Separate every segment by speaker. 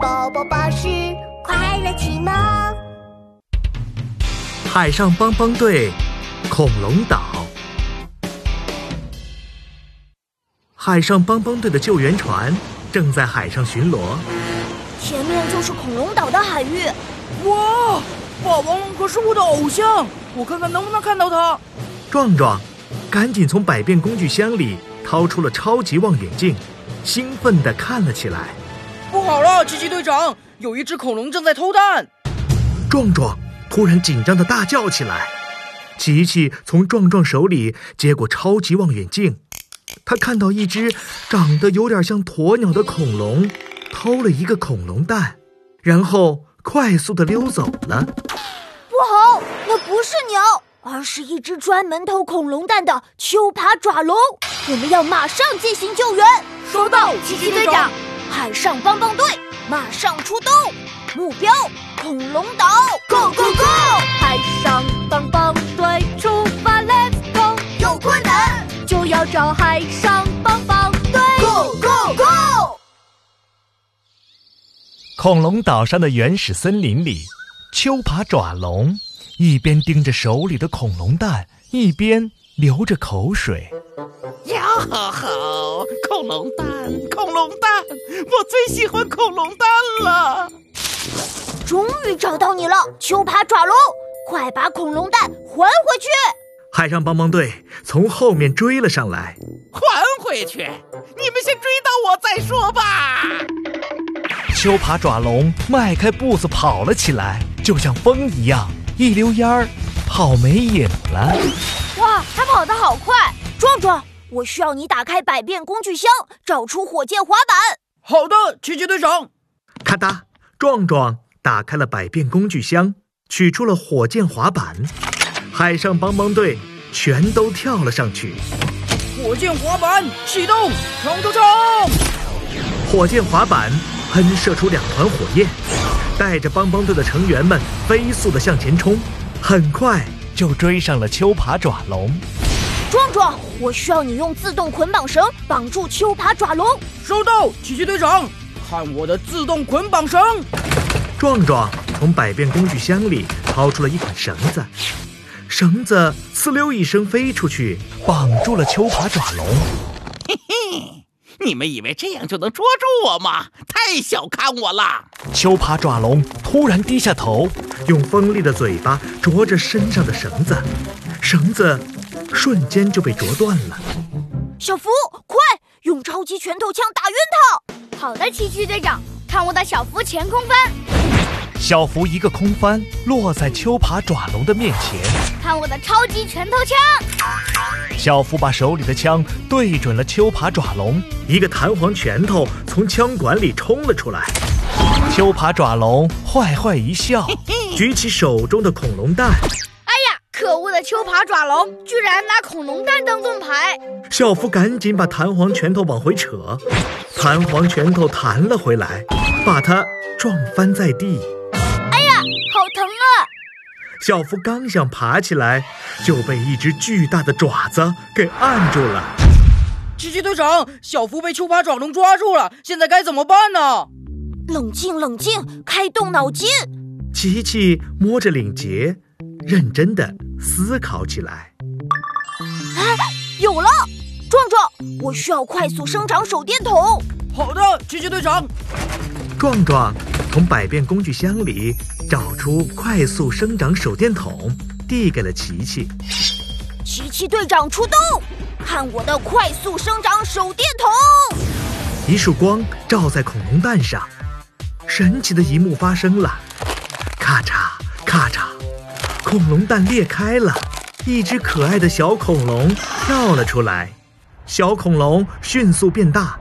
Speaker 1: 宝宝巴士快乐启蒙。
Speaker 2: 海上帮帮队，恐龙岛。海上帮帮队的救援船正在海上巡逻，
Speaker 1: 前面就是恐龙岛的海域，
Speaker 3: 哇，霸王龙可是我的偶像，我看看能不能看到它。
Speaker 2: 壮壮赶紧从百变工具箱里掏出了超级望远镜，兴奋地看了起来。
Speaker 3: 不好了，奇奇队长，有一只恐龙正在偷蛋。
Speaker 2: 壮壮突然紧张地大叫起来。琪琪从壮壮手里接过超级望远镜，他看到一只长得有点像鸵鸟的恐龙偷了一个恐龙蛋，然后快速地溜走了。
Speaker 1: 不好，那不是鸟，而是一只专门偷恐龙蛋的秋爬爪龙。我们要马上进行救援。
Speaker 3: 收到，奇奇队长。
Speaker 1: 海上帮帮队马上出动，目标恐龙岛，Go Go Go！海上帮帮队出发，Let's go！有困难就要找海上帮帮队，Go Go Go！
Speaker 2: 恐龙岛上的原始森林里，秋爬爪龙一边盯着手里的恐龙蛋，一边流着口水。
Speaker 4: 呀吼吼！恐龙蛋，恐龙蛋，我最喜欢恐龙蛋了。
Speaker 1: 终于找到你了，秋爬爪龙，快把恐龙蛋还回去！
Speaker 2: 海上帮帮队从后面追了上来，
Speaker 4: 还回去，你们先追到我再说吧。
Speaker 2: 秋爬爪龙迈开步子跑了起来，就像风一样，一溜烟儿跑没影了。
Speaker 1: 哇，它跑得好快！壮壮，我需要你打开百变工具箱，找出火箭滑板。
Speaker 3: 好的，奇奇队长。
Speaker 2: 咔哒，壮壮打开了百变工具箱，取出了火箭滑板，海上帮帮队全都跳了上去。
Speaker 3: 火箭滑板启动，冲冲冲！
Speaker 2: 火箭滑板喷射出两团火焰，带着帮帮队的成员们飞速地向前冲，很快就追上了秋爬爪龙。
Speaker 1: 壮壮，我需要你用自动捆绑绳绑住秋爬爪龙。
Speaker 3: 收到，奇奇队长。看我的自动捆绑绳！
Speaker 2: 壮壮从百变工具箱里掏出了一捆绳子，绳子呲溜一声飞出去，绑住了秋爬爪龙。
Speaker 4: 你们以为这样就能捉住我吗？太小看我了！
Speaker 2: 秋爬爪龙突然低下头，用锋利的嘴巴啄着身上的绳子，绳子瞬间就被啄断了。
Speaker 1: 小福，快用超级拳头枪打晕他！好的，奇奇队长，看我的小福前空翻，
Speaker 2: 小福一个空翻，落在秋爬爪龙的面前。
Speaker 1: 看我的超级拳头枪！
Speaker 2: 小福把手里的枪对准了秋爬爪龙，一个弹簧拳头从枪管里冲了出来。秋爬爪龙坏坏一笑，举起手中的恐龙蛋。
Speaker 1: 可恶的秋爬爪龙居然拿恐龙蛋当盾牌！
Speaker 2: 小福赶紧把弹簧拳头往回扯，弹簧拳头弹了回来，把他撞翻在地。
Speaker 1: 好疼啊！
Speaker 2: 小福刚想爬起来，就被一只巨大的爪子给按住了。
Speaker 3: 奇奇队长，小福被秋爬爪龙抓住了，现在该怎么办呢？
Speaker 1: 冷静，冷静，开动脑筋。
Speaker 2: 琪琪摸着领结，认真的思考起来。
Speaker 1: 有了，壮壮，我需要快速生长手电筒。
Speaker 3: 好的，奇奇队长。
Speaker 2: 壮壮从百变工具箱里找出快速生长手电筒，递给了琪琪。
Speaker 1: 奇奇队长出动，看我的快速生长手电筒！
Speaker 2: 一束光照在恐龙蛋上，神奇的一幕发生了，咔嚓咔嚓，恐龙蛋裂开了，一只可爱的小恐龙跳了出来，小恐龙迅速变大，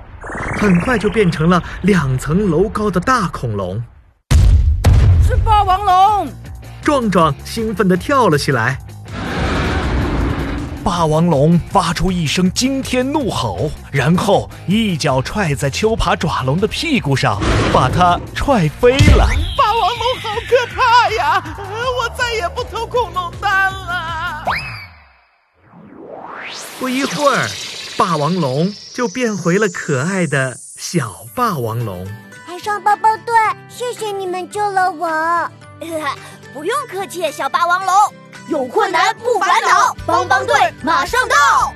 Speaker 2: 很快就变成了两层楼高的大恐龙。
Speaker 3: 是霸王龙！
Speaker 2: 壮壮兴奋地跳了起来。霸王龙发出一声惊天怒吼，然后一脚踹在秋爬爪龙的屁股上，把它踹飞了。
Speaker 4: 霸王龙好可怕呀！呃我再也不偷恐龙蛋了。
Speaker 2: 不一会儿，霸王龙就变回了可爱的小霸王龙。
Speaker 1: 海
Speaker 5: 上帮帮队，谢谢你们救了我。
Speaker 1: 不用客气，小霸王龙，有困难不烦恼，帮帮队马上到。